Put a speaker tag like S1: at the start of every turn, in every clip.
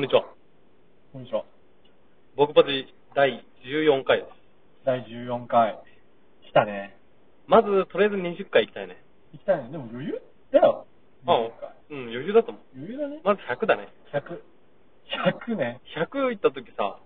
S1: こんにちは。
S2: こんにちは。
S1: 僕パチ第14回です。
S2: 第14回。来たね。
S1: まず、とりあえず20回行きたいね。
S2: 行きたいね。でも余裕だよ。
S1: うん
S2: 20回。
S1: うん、余裕だと思う。
S2: 余裕だね。
S1: まず100だね。
S2: 100。100ね。
S1: 100行った時さ、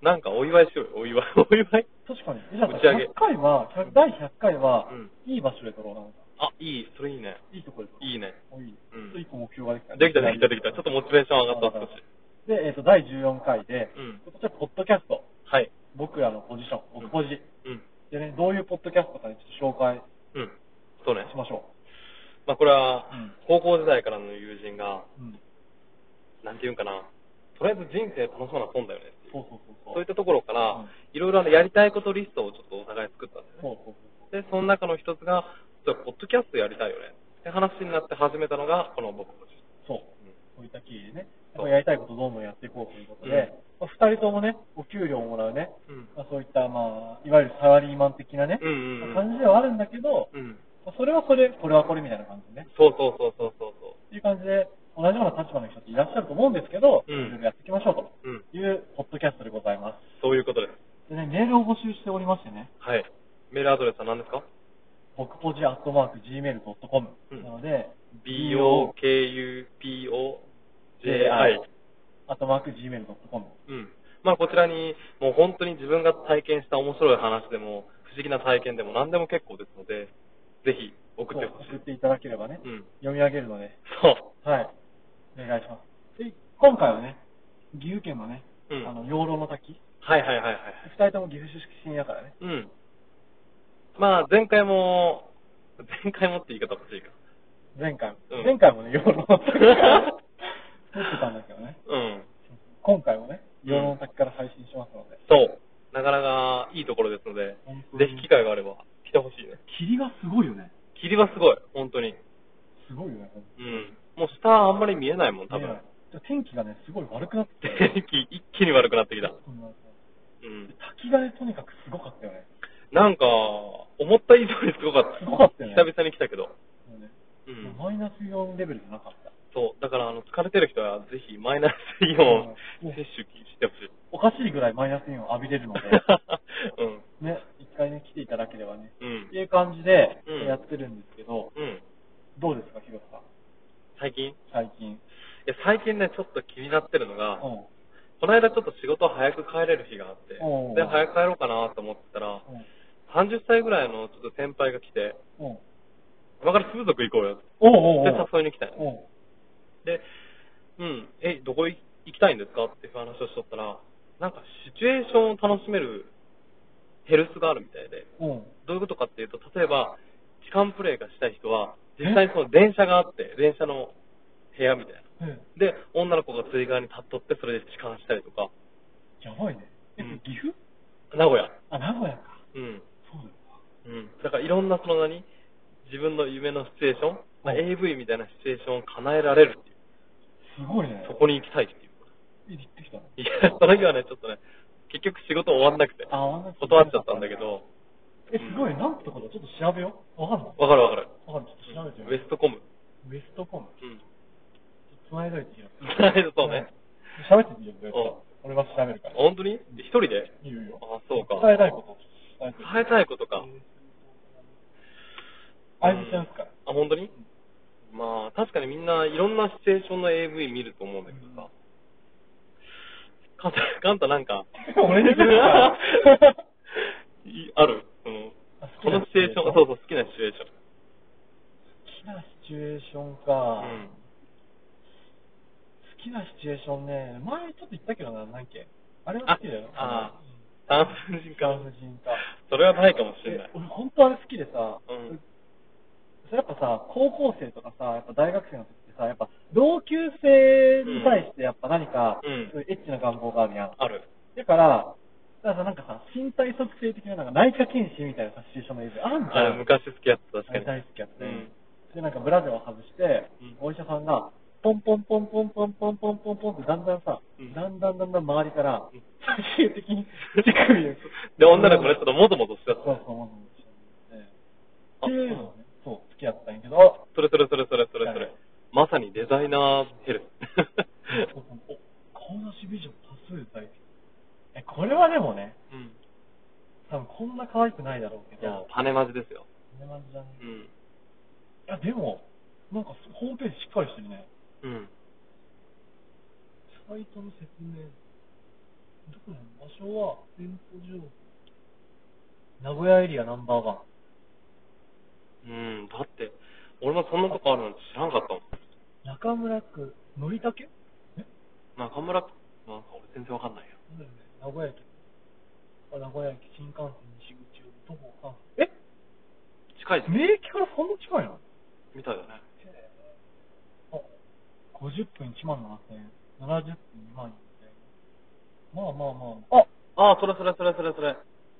S1: なんかお祝いしようよ。お祝い。 お祝い
S2: 確かに。じゃあ
S1: 打ち上げ
S2: 100回は、100第100回は、
S1: うん
S2: いい場所で撮ろうなんか。
S1: あ、いい。それいいね。
S2: いいとこで撮ろう。
S1: いいね。
S2: おいい。
S1: うん
S2: ちょっと一個目標ができた。
S1: できた、できた、できた。ちょっとモチベーション上がった、少し。
S2: で、えっ、と、第14回で、
S1: うん
S2: 今年はポッドキャスト。
S1: はい。
S2: 僕らのポジション。僕ポジ。
S1: うん。
S2: でね、どういうポッドキャストかね、ちょっと紹介
S1: うん。そうね。
S2: しましょ
S1: まあ、これは
S2: うん、
S1: 高校時代からの友人が、
S2: う。うん。
S1: なんていうんかな。とりあえず人生楽しそうな本だよねっていう。
S2: そうそうそうそう。
S1: そういったところから、
S2: うん
S1: いろいろあのやりたいことリストをちょっとお互い作ったんだよね。
S2: そうそう
S1: で、その中の一つが、ちょっとポッドキャストやりたいよね。って話になって始めたのが、この僕たち。
S2: そう。そう。
S1: うん
S2: そういった経緯でね、
S1: そう
S2: やりたいことどんどんやっていこうということで、
S1: うん
S2: まあ、2人ともね、お給料をもらうね、
S1: うん
S2: まあ、そういった、まあ、いわゆるサラリーマン的なね、
S1: うんうんうん
S2: まあ感じではあるんだけど、
S1: うん。
S2: まあ、それはそれ、これはこれみたいな感じでね、
S1: そうそうそうそうそうそ
S2: っていう感じで、同じような立場の人っていらっしゃると思うんですけど、
S1: うん
S2: いろいろやっていきましょう
S1: う。うん。
S2: という、ポッドキャストでございま
S1: そういうことです。
S2: す。でね、メールを募集しておりましてね、
S1: はい。メールアドレスは何ですか
S2: 僕ポジアットマーク Gmail.com、
S1: うん
S2: なので、
S1: ?b-o-k-u-p-o-j-i。
S2: アットマーク Gmail.com。
S1: うん。まあこちらに、もう本当に自分が体験した面白い話でも、不思議な体験でも何でも結構ですので、ぜひ送ってほしい
S2: そう送っ。ていただければね、
S1: うん。
S2: 読み上げるので、
S1: そ
S2: はい。お願いします。で、今回はね、岐阜県のね、
S1: う。うん。
S2: あ
S1: は
S2: の、
S1: い
S2: 養老の滝。
S1: はいはいはいはい。
S2: 二人とも岐阜出身だからね。
S1: うん。まあ、前回も、前回もって言い方おかしいか。
S2: 前回も。
S1: うん
S2: 前回もね、養老の滝から 撮ってたんだけどね。
S1: うん。
S2: 今回もね、
S1: うん
S2: 養老の滝から配信しますので。
S1: そう。なかなかいいところですので、
S2: 本当
S1: ぜ
S2: に
S1: ひ機会があれば来てほしいね。
S2: 霧がすごいよね。
S1: 霧はすごい、本当に。
S2: すごいよね。
S1: うん。もう下あんまり見えないもん、多分
S2: ね。じゃあ天気がね、すごい悪くなって
S1: 天気 一気に悪くなってきた。
S2: そんな
S1: うん。
S2: 滝がね、とにかくすごかったよね。
S1: なんか、思った以上にすごかった。
S2: すごかったよね
S1: 久々に来たけど。
S2: もうね
S1: うん。
S2: マイナス4レベルじゃなかった。
S1: そう。だから、あの、疲れてる人は、ぜひ、マイナスイオン
S2: うん
S1: 摂取してほしい。
S2: おかしいぐらいマイナス4を浴びれるので、
S1: うん。
S2: ね、一回ね、来ていただければね、
S1: うん
S2: って。いう感じで
S1: うん
S2: やってるんですけど、
S1: うん。
S2: どうですか、ヒロさん、
S1: 最近い
S2: 最近。
S1: や最近ね、ちょっと気になってるのが、
S2: うん。
S1: この間ちょっと仕事早く帰れる日があって、
S2: うん
S1: で、早く帰ろうかなと思ってたら、30歳ぐらいのちょっと先輩が来て、
S2: うん。うん。
S1: 今から風俗行こうよって
S2: おうおうおう。
S1: 誘いに来たよ。
S2: おう
S1: で、うん、え、どこ行きたいんですかっていう話をしとったら、なんかシチュエーションを楽しめるヘルスがあるみたいで、
S2: うん。
S1: どういうことかっていうと、例えば、時間プレイがしたい人は、実際にその電車があって、電車の部屋みたいな。
S2: え、
S1: で、女の子が釣り側に立っとって、それで痴漢したりとか、
S2: やばいね。え、
S1: うん
S2: 岐阜
S1: 名古屋。
S2: あ、名古屋か。
S1: うん。
S2: そうだ
S1: う
S2: よ。
S1: ん。だからいろんなその何自分の夢のシチュエーション、まあ、
S2: うん
S1: AV みたいなシチュエーションを叶えられるっていう。
S2: すごいね。
S1: そこに行きたいっていう。
S2: え行ってきたの
S1: いや、その日はね、ちょっとね、結局仕事終わんなくて、
S2: あ、わかった
S1: 断っちゃったんだけ。ど、
S2: え、すごい、なんてことちょっと調べよう。わかんない。
S1: わかるわかる。
S2: わかる、ちょっと調べて
S1: ウ
S2: よ
S1: ェストコム。
S2: ウェストコム。
S1: うん。
S2: ちょっと繋いどいてヒロ
S1: そうね。
S2: 喋ってみようどうやった俺が調べるから。
S1: 本当に一人で
S2: いいよいいよ。
S1: あ、そうか。
S2: 伝えたいこと。伝えたい
S1: 伝えたいことか。
S2: 相槌なんすか
S1: あ、本当にまあ、確かにみんないろんなシチュエーションの AV 見ると思うんだけどさ。カンタ、カンタなん か、
S2: 俺に言うから
S1: いあるその
S2: あ好
S1: こ
S2: きな
S1: のシチュエーション、そうそう、好きなシチュエーション。
S2: 好きなシチュエーションか、
S1: うん
S2: 好きなシチュエーションね前ちょっと言ったけどな何っけあれは好きだよ
S1: ああ
S2: うん
S1: 産婦人科
S2: 産婦人科
S1: それはないかもしれない。
S2: で俺本当あれ好きでさ、
S1: うん
S2: それやっぱさ高校生とかさやっぱ大学生の時ってさやっぱ同級生に対してやっぱ何か、
S1: うん
S2: そういうエッチな願望があるやん
S1: ある。
S2: だからだからさなんかさ身体測定的ななんか内科検診みたいなさシチュエーションの映像あんじ
S1: あれ、
S2: ゃん
S1: 昔好きやった、確か
S2: あれ
S1: に。
S2: 大好きやって、
S1: うん
S2: でなんかブラジャーを外して、
S1: うん
S2: お医者さんがポンポンポンポンポンポンポンポンポンってだんだんさ、
S1: うん
S2: だんだんだんだん周りから
S1: うん
S2: 最終的に手首を
S1: で、女の子ね、ちょっともともとしてた。
S2: そうそうそうっ
S1: あ
S2: ていうのねそう付き合ったんやけどあ
S1: それそれそれそれそれそ
S2: は
S1: れ
S2: い。
S1: まさにデザイナーヘルス。
S2: そうそうおか
S1: 顔なし美女多数大
S2: え、これはでもね、
S1: うん。
S2: 多分こんな可愛くないだろうけ
S1: いや
S2: ど、、
S1: 種マジですよ。
S2: こんな感じだね。
S1: うん。
S2: いや、でも、なんかホームページしっかりしてるね。
S1: うん。
S2: サイトの説明。どこなの場所は、店舗上。名古屋エリアナンバーワン。
S1: うん。だって、俺もそんなとこあるなんて知らんかったもん。
S2: 中村区、のりたけえ
S1: 中村君、なんか俺全然わかんないよ。
S2: なんだよね。名古屋駅。あ名古屋駅、新幹線西口を徒歩3分。え
S1: 近いじゃん。
S2: 名駅からそんな近いの
S1: みたいだね。
S2: あ、50分1万7000円。70分2万4000円。まあまあまあ。
S1: あ
S2: あ
S1: あ、それそれそれそれそれ。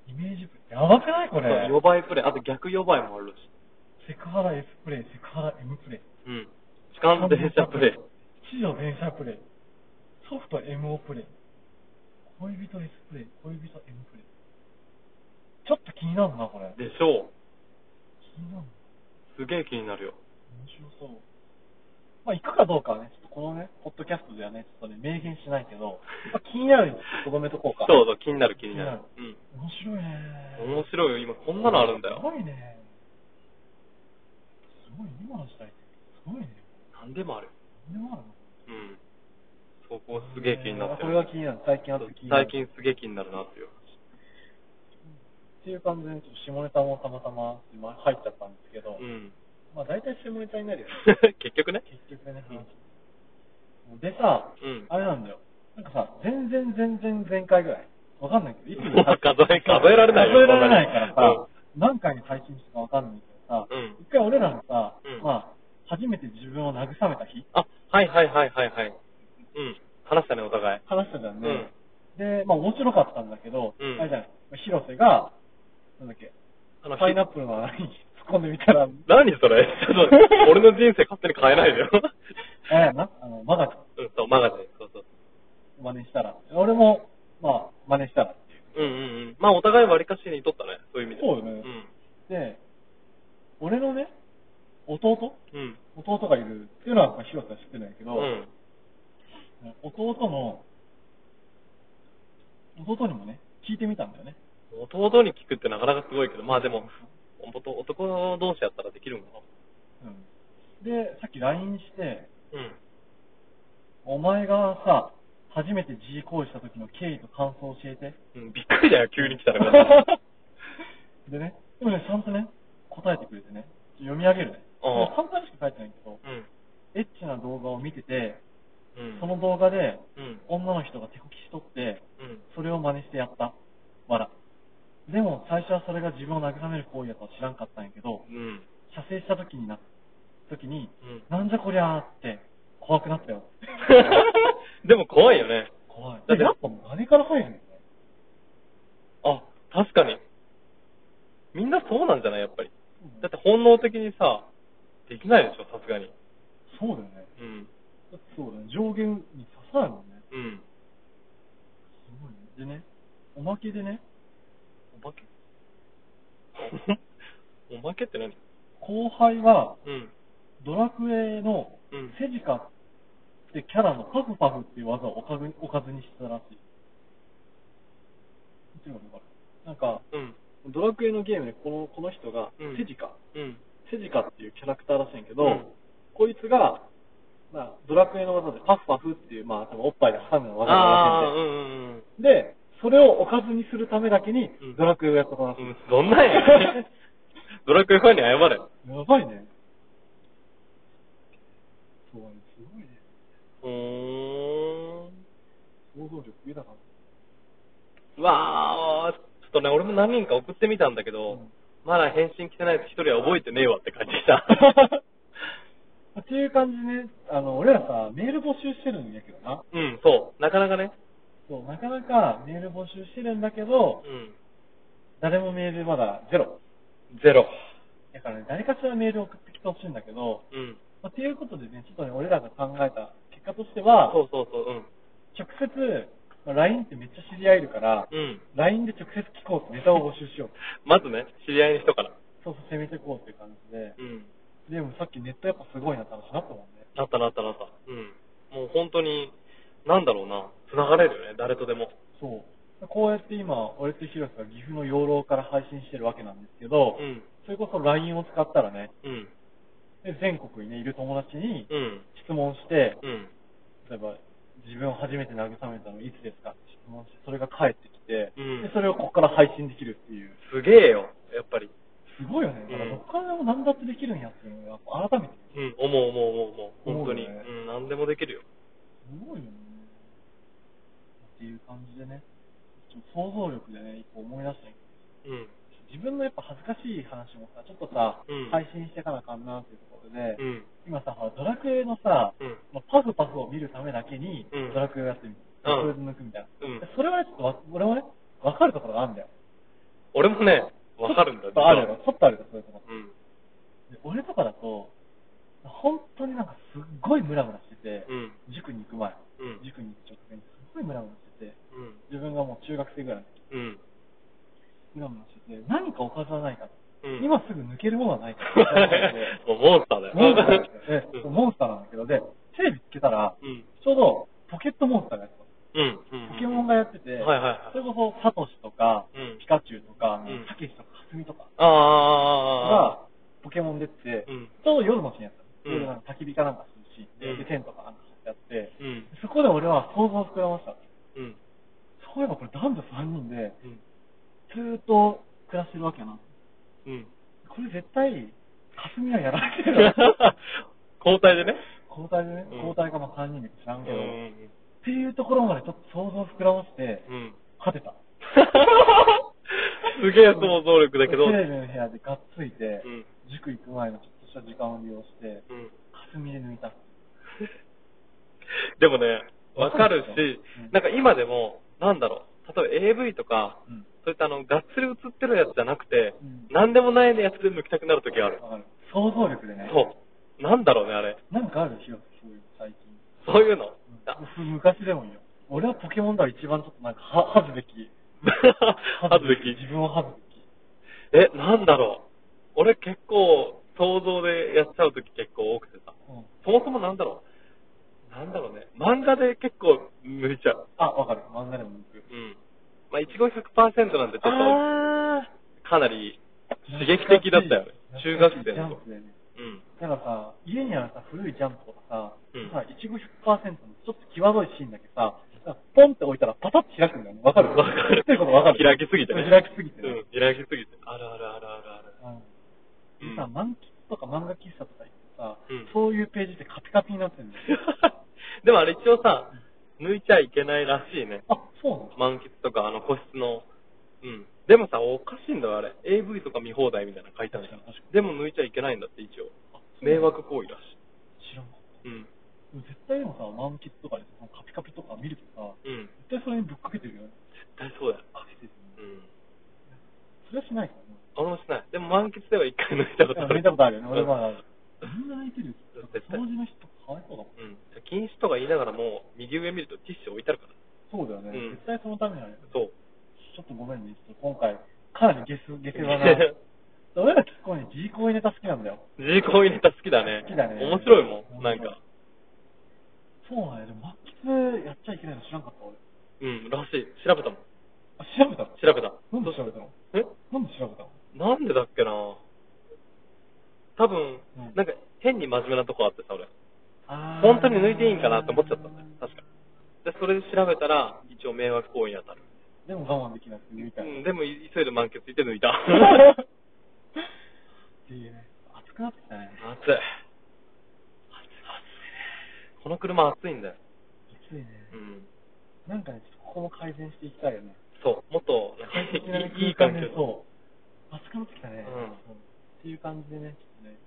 S2: イメージプレイ。やばくないこれ。
S1: そう予倍プレイ。あと逆予倍もあるし。
S2: セクハラ S プレイ、セクハラ M プレイ。
S1: うん。痴漢電車プレイ。
S2: 地上電車プレイ。ソフト MO プレイ。恋人 S プレイ、恋人 M プレイ。ちょっと気になるな、これ。
S1: でしょう。
S2: 気になるな。
S1: すげえ気になるよ。
S2: 面白そう。まあ、行くかどうかはね、ちょっとこのね、ポッドキャストではね、ちょっとね、明言しないけど、まあ、気になるにとどめとこうか。
S1: そう
S2: う。
S1: そう、気になる気になる。
S2: 面白いね。
S1: うん。面白いよ、今こんなのあるんだ
S2: す
S1: よ。
S2: ごいね。すごい、今の時代って、すごいね。
S1: なんでもある。
S2: 何でもあるの
S1: うん。そこすげえ気になって
S2: こ
S1: る
S2: れ。が気になる。最近あって気になる。
S1: 最。近すげえ気になるなっていう。
S2: っていう感じで、ちょっと下ネタもたまたま今入っちゃったんですけど、
S1: うん。
S2: まあ大体下ネタになるよね。
S1: 結局ね。
S2: 結局ね、話でさ、
S1: うん
S2: あれなんだよ。なんかさ、全然全然前回ぐらい。わかんないけど、いつ
S1: もう数え数えられないよ
S2: 数えられないからさ、
S1: う
S2: 何回に配信したかわかんないけどさ、
S1: うん
S2: 一回俺らのさ、
S1: うん
S2: まあ、初めて自分を慰めた日、
S1: あ、はいはいはいはいはい。うん。話したね、お互い。
S2: 話したじゃんね。で、まあ面白かったんだけど、
S1: うん
S2: あれじゃない、広瀬が、なんだっけ、
S1: あの
S2: パイナップルの穴に突っ込んでみたら、
S1: 何それ ちょっと、俺の人生勝手に変えないで よ。
S2: あれやな、あの、マガ
S1: うん、そう、マガジン。そうそう。
S2: 真似したら。俺も、まあ、真似したらって
S1: う
S2: いう。
S1: んうんうん。まあ、お互い割りかしにとったね。そういう意味で。
S2: そうよねで、俺のね、弟
S1: うん。うん。
S2: 弟がいるっていうのは、まあ、広瀬は知ってないけど、
S1: うん。
S2: 弟の、弟にもね、聞いてみたんだよね。
S1: 弟に聞くってなかなかすごいけど、まあでも、男男同士やったらできるんか
S2: うん。で、さっき LINE して、
S1: な。うん。
S2: お前がさ、初めて G 行為した時の経緯と感想を教えて。
S1: うん、びっくりだよ、急に来たら。
S2: でね、でもね、ちゃんとね、答えてくれてね、読み上げるね。
S1: ああ
S2: 簡単にしか書いてないけど、
S1: うん。
S2: エッチな動画を見てて、
S1: うん。
S2: その動画で、
S1: うん。
S2: 女の人が手こきしとって、
S1: うん。
S2: それを真似してやった。わら。でも、最初はそれが自分を慰める行為だとは知らんかったんやけど、
S1: うん。
S2: 射精した時にな、時に、
S1: うん。
S2: なんじゃこりゃーって、怖くなったよ。
S1: でも怖いよね。
S2: 怖い。
S1: だって
S2: やっぱ真似から入るんだよね。
S1: あ、確かに。みんなそうなんじゃないやっぱり。だって本能的にさ、できないでしょ、さすがに。
S2: そうだよね。
S1: うん。
S2: だってそうだよね。上限に刺さないもんね。
S1: うん。
S2: すごいね。でね、おまけでね、
S1: おまけ おまけって何
S2: 後輩は、
S1: うん。
S2: ドラクエの
S1: うん
S2: セジカってキャラのパフパフっていう技をおかずおかずにしてたらしい。見てるのかななんか、
S1: うん。
S2: ドラクエのゲームでこのこの人が
S1: うん
S2: セジカ、
S1: うん。
S2: セジカっていうキャラクターらしいんやけど、
S1: うん
S2: こいつが、まあ、ドラクエの技でパフパフっていう、まあ、多分おっぱいで挟むような技
S1: ああ、
S2: が
S1: う
S2: らしいん
S1: んうんうん。
S2: で、で、それをおかずにするためだけに
S1: うん
S2: ドラクエをやったらしい。
S1: うんどんなんや ねんドラクエファンに謝れ。
S2: やばいね。そうね、すごいね。
S1: うーん。
S2: 想像力豊かな。
S1: うわあ、ちょっとね、俺も何人か送ってみたんだけど、
S2: うん
S1: まだ返信来てないやつ一人は覚えてねえわって感じした。
S2: っていう感じでね、あの、俺らさ、メール募集してるんやけどな。
S1: うん、そう。なかなかね。
S2: そう、なかなかメール募集してるんだけど、
S1: うん。
S2: 誰もメールまだゼロ。
S1: ゼロ。
S2: だからね、誰かしらメール送ってきてほしいんだけど、
S1: うん。
S2: まあ、っていうことでね、ちょっとね、俺らが考えた結果としては、
S1: そうそうそう、うん。
S2: 直接、まあ LINE ってめっちゃ知り合えるから、
S1: うん。
S2: LINE で直接聞こうってネタを募集しよう。
S1: まずね、知り合いの人から。
S2: そうそう、攻めていこうっていう感じで。
S1: うん。
S2: でもさっきネットやっぱすごいなって話になったもんね。
S1: なったなったなった。うん。もう本当に、なんだろうな、繋がれるよね、誰とでも。
S2: そう。こうやって今、俺とヒロシが岐阜の養老から配信してるわけなんですけど、
S1: うん。
S2: それこそ LINE を使ったらね、
S1: うん。
S2: で全国にね、いる友達に
S1: うん。
S2: 質問して、
S1: うん。
S2: 例えば、自分を初めて慰めたのいつですかって質問して、それが返ってきて、
S1: うん
S2: でそれをここから配信できるっていう。
S1: すげえよ、やっぱり。
S2: すごいよね。だからどっからでも何だってできるんやっていうのが、改めて。
S1: うん、思う思う思う思う。本当に。
S2: 思うよね
S1: うん、何でもできるよ。
S2: すごいよね。っていう感じでね、ちょっと想像力でね、一個思い出したんやけど
S1: うん。
S2: 自分のやっぱ恥ずかしい話もさ、ちょっとさ、
S1: うん
S2: 配信してかなあかんなっていうところで、
S1: うん。
S2: 今さ、ほらドラクエのさ、
S1: うん。
S2: まあパフパフを見るためだけに、
S1: うん
S2: ドラクエをやってみる。ドラクエを抜くみたいな。
S1: うん
S2: それはね、ちょっとわ、俺もね、わかるところがあるんだよ。
S1: 俺もね、わかるんだ
S2: ちょっとある
S1: 実は
S2: よ。ちょっとあるよ、そういうとこ
S1: うん。
S2: で俺とかだと、本当になんかすっごいムラムラしてて、
S1: うん。
S2: 塾に行く前、
S1: うん
S2: 塾に行く直前にすっごいムラムラしてて、
S1: うん。
S2: 自分がもう中学生ぐらいの時、
S1: うん。
S2: ムラムラしてて、何かおかずはないか、
S1: うん
S2: 今すぐ抜けるもの はないかって言われて
S1: もうモンスターだよ。
S2: モンスターな んですよで
S1: うん
S2: モンスターなんだけど、で、テレビつけたら、
S1: うん。
S2: ちょうどポケットモンスターがやってた。
S1: うん。うん
S2: ポケモンがやってて、
S1: はいはいはい
S2: それこそサトシとか、
S1: うん
S2: ピカチュウとか、
S1: うん
S2: タケシとか、カスミとか
S1: ああ
S2: が。ポケモン出てて、
S1: うん
S2: ちょうど夜のシーンやったの。
S1: うん
S2: 夜なんか焚き火かなんかするし、で
S1: うん
S2: テントかなんか張ってあって、
S1: うん。
S2: そこで俺は想像を膨らました。
S1: うん。
S2: そういえばこれ男女3人で、
S1: うん。
S2: ずーっと暮らしてるわけやな。
S1: うん。
S2: これ絶対、霞はやられてるな。
S1: 交代でね。
S2: 交代でね、
S1: うん
S2: 交代かまあ3人で知ら
S1: うん
S2: けど、っ
S1: ん。
S2: ていうところまでちょっと想像を膨らまして、
S1: うん。
S2: 勝てた。
S1: すげえ想像力だけど。う
S2: テレ
S1: ん。
S2: ビの部屋でがっついて、
S1: うん
S2: 塾行く前のちょっとした時間を利用して、
S1: うん。
S2: 霞で抜いた。
S1: でもね、わかる
S2: わか
S1: し
S2: るでしょうん、
S1: なんか今でも、なんだろう、例えば AV とか、
S2: うん。
S1: そういったあの、がっつり映ってるやつじゃなくて
S2: うん、
S1: なんでもないやつで抜きたくなるときある。
S2: わかる。想像力でね。
S1: そう。なんだろうね、あれ。
S2: う。なんかあるひろそういう最近。
S1: そういうの。 あ
S2: うん昔でもいいよ。俺はポケモンだら一番ちょっとなんか、は、恥ずべき。
S1: ある時
S2: 自分を恥ずべき。
S1: え、なんだろう。俺結構、想像でやっちゃうとき結構多くてさ。
S2: うん。
S1: そもそもなんだろう。なんだろうね。漫画で結構抜いちゃう。
S2: あ、わかる。漫画でも抜く。
S1: うん。まあ、一語100%なんで、ちょっ
S2: あー。
S1: と、かなり刺激的だったよね。中
S2: 懐
S1: 学
S2: かし
S1: 生の
S2: いジャン
S1: 頃
S2: プ。だよね。
S1: うん。
S2: だからさ、家にあるさ、古いジャンプとかさ、
S1: うん
S2: さ、一部100%のちょっと際どいシーンだけさ、ポンって置いたらパタッと開くんだよね。わかる
S1: わかる
S2: 言ってることわかる
S1: 開きすぎてね
S2: 開きすぎて
S1: う
S2: ね
S1: ん。。開きすぎて。あるあるあるあるある。
S2: うん。
S1: うん
S2: でさ、漫喫とか漫画喫茶とか行ってさ、
S1: うん
S2: そういうページってカピカピに なってるんだよ。
S1: でもあれ一応さ、抜いちゃいけないらしいね。
S2: あ、そうなの
S1: 満喫とか、あの、個室の。うん。でもさ、おかしいんだよ、あれ。AV とか見放題みたいなの書いてあるじゃん
S2: 確かに確かに
S1: でも抜いちゃいけないんだって、一応。
S2: そうな
S1: 迷
S2: の
S1: 惑行為らし
S2: 知らんかった。
S1: い。うん。
S2: でも絶対でもさ、漫喫とかでさ、カピカピとか見るとさ、
S1: うん。
S2: 絶対それにぶっかけてるよね。
S1: 絶対そうだよ。
S2: かけてるよ
S1: うん。
S2: ね。それはしないからね。
S1: 俺もしない。でも満喫では一回抜いた ことある。
S2: 見たことあ るよね。俺ま
S1: あ
S2: だ。みんな泣いてるよ。
S1: 絶対
S2: 掃除の人かわいそうだもん。
S1: うん。禁止とか言いながらも、右上見るとティッシュ置いてあるから。
S2: そうだよね。
S1: うん
S2: 絶対そのためにあるよ。
S1: そう。
S2: ちょっとごめんね。ちょっと今回、かなりゲス、ゲス 話。俺ら結構ね、自公演ネタ好きなんだよ。
S1: ジーコイネタ好きだね。
S2: 好きだね
S1: 面白いもん、なんか。
S2: そうなんや。でも、満喫やっちゃいけないの知らんかった俺。
S1: うん、らしい。調べたもん。
S2: あ、調べたの
S1: 調べた。
S2: なんで調べたの
S1: え
S2: なんで調べたの
S1: なんでだっけな多分、
S2: うん
S1: なんか変に真面目なとこあってさ、俺。
S2: あ
S1: 本当に抜いていいんかなって思っちゃったんだよ、確か。で、それで調べたら、一応迷惑行為に当たる。
S2: でも我慢できなくて抜いた
S1: う
S2: い
S1: ん、でも、い急いで満喫して抜い た。
S2: っていうね。熱くなってきたね。
S1: 暑い。この車暑いんだよ。
S2: 熱いね。
S1: うん。
S2: なんかね、ちょっとここも改善していきたいよね。
S1: そう、もっと、なんか
S2: 快適ない
S1: いいい
S2: 空
S1: 環境
S2: 間で。そう。暑くなってきたね。
S1: うん
S2: そうっていう感じでね、ちょっとね、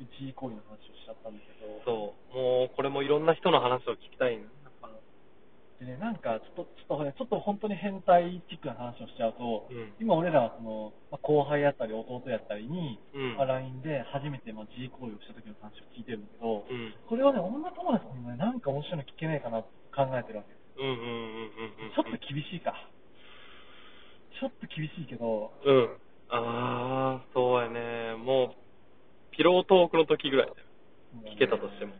S2: うち行為の話をしちゃったんだけど。
S1: そう、もう、これもいろんな人の話を聞きたいねやっぱ
S2: でね、なんか、ちょっと、ちょっとね、ちょっと本当に変態チックな話をしちゃうと、
S1: うん
S2: 今俺らはその、まあ、後輩やったり弟やったりに、
S1: うん
S2: まあ LINE で初めてまあ G 行為をした時の話を聞いてるんだけど、
S1: うん
S2: これはね、女友達にもね、なんか面白いの聞けないかなって考えてるわけです。
S1: うんうんうんうんうん。
S2: ちょっと厳しいか。ちょっと厳しいけど、
S1: うん。あー、そうやね。もう、ピロートークの時ぐらいだよ。聞けたとしても。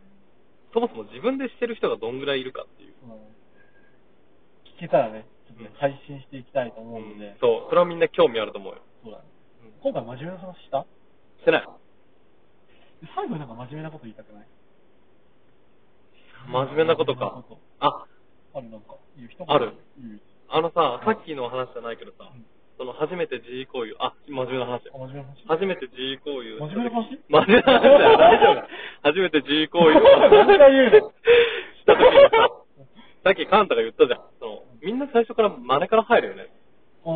S1: そもそも自分でしてる人がどんぐらいいるかっていう。
S2: そう聞けたらね、ちょっとね
S1: うん
S2: 配信していきたいと思うので、
S1: そう、それはみんな興味あると思うよ。
S2: そうだね
S1: うん。
S2: 今回真面目な話した
S1: してない。
S2: 最後になんか真面目なこと言いたくない
S1: 真面目なこと
S2: 真
S1: か
S2: 面目なこ。
S1: あ、
S2: とあるなんか、言う人
S1: ある
S2: 言う
S1: あのさ、さっきの話じゃないけどさ
S2: うん、
S1: その初めて自慰行為を、あ、真面目な話だよ
S2: あ真面目な話
S1: 初めて自慰行為を。
S2: 真面目な話
S1: 真面目な話だよ、大丈夫だ。初めて自慰行為を。
S2: 何回言うの
S1: した時にさ、さっきカンタが言ったじゃん。そのみんな最初から真似から入るよね。話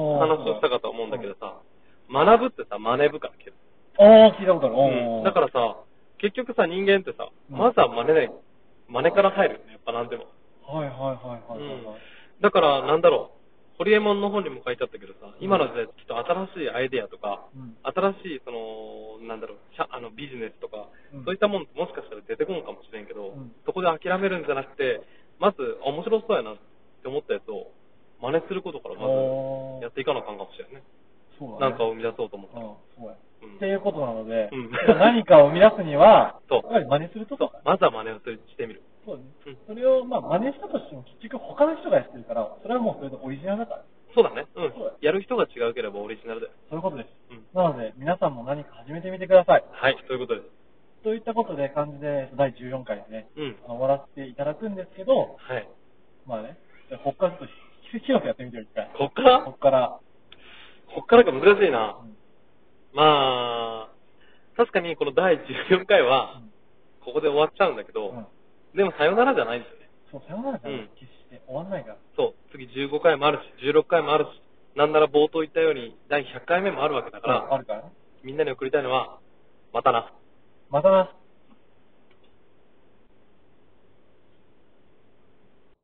S1: をしたかと思うんだけどさ、学ぶってさ、真似部から来てる。
S2: ああ、聞いたことある。、
S1: うんだかららさ、結局さ、人間ってさ、
S2: うん
S1: まずは真似ない。真似から入るよね、やっぱなんでも。
S2: はいはいはいはいはいはい。
S1: だから、なんだろう、ホリエモンの本にも書いてあったけどさ、今の時代、きっと新しいアイデアとか、
S2: うん
S1: 新しい、その、なんだろう、社あのビジネスとか、
S2: うん
S1: そういったもん、もしかしたら出てこんかもしれんけど、
S2: うん
S1: そこで諦めるんじゃなくて、まず、あ面白そうやなって思ったやつを、真似することから、ま
S2: おー
S1: ず、やっていかなあかんかもしれんね。
S2: そう
S1: な
S2: だね
S1: んかを生み出そうと思ったら。
S2: うんそうや。
S1: うん
S2: っていうことなので、
S1: うん
S2: 何かを生み出すには、
S1: そう
S2: やっぱり真似すると
S1: そ
S2: か
S1: う、まずは真似をするしてみる。
S2: そうね
S1: うん。
S2: それを、まあ、真似したとしても、結局他の人がやってるから、それはもうそれでオリジナルだから、
S1: そうだね。うん
S2: そうだよ。
S1: やる人が違うければオリジナルだよ。
S2: そういうことです。
S1: うん。
S2: なので、皆さんも何か始めてみてください。
S1: はい、そういうことです。
S2: といったことで、感じで、第14回ですね、
S1: うん
S2: あの終わらせていただくんですけど、
S1: はい。
S2: まあね、こっからちょっと、広くやってみてよ、一回。
S1: こっから
S2: こっから、
S1: こっからが難しいうな。
S2: ん
S1: まあ、確かにこの第14回
S2: う
S1: は
S2: ん、
S1: ここで終わっちゃうんだけど、
S2: うん
S1: でもさよならじゃないんですよね。
S2: そう、さよならから
S1: うん
S2: 決して終わんないから。
S1: そう、次15回もあるし、16回もあるし、なんなら冒頭言ったように、第100回目もあるわけだか
S2: あ
S1: ら、
S2: るからね。
S1: みんなに送りたいのは、またな。
S2: またな。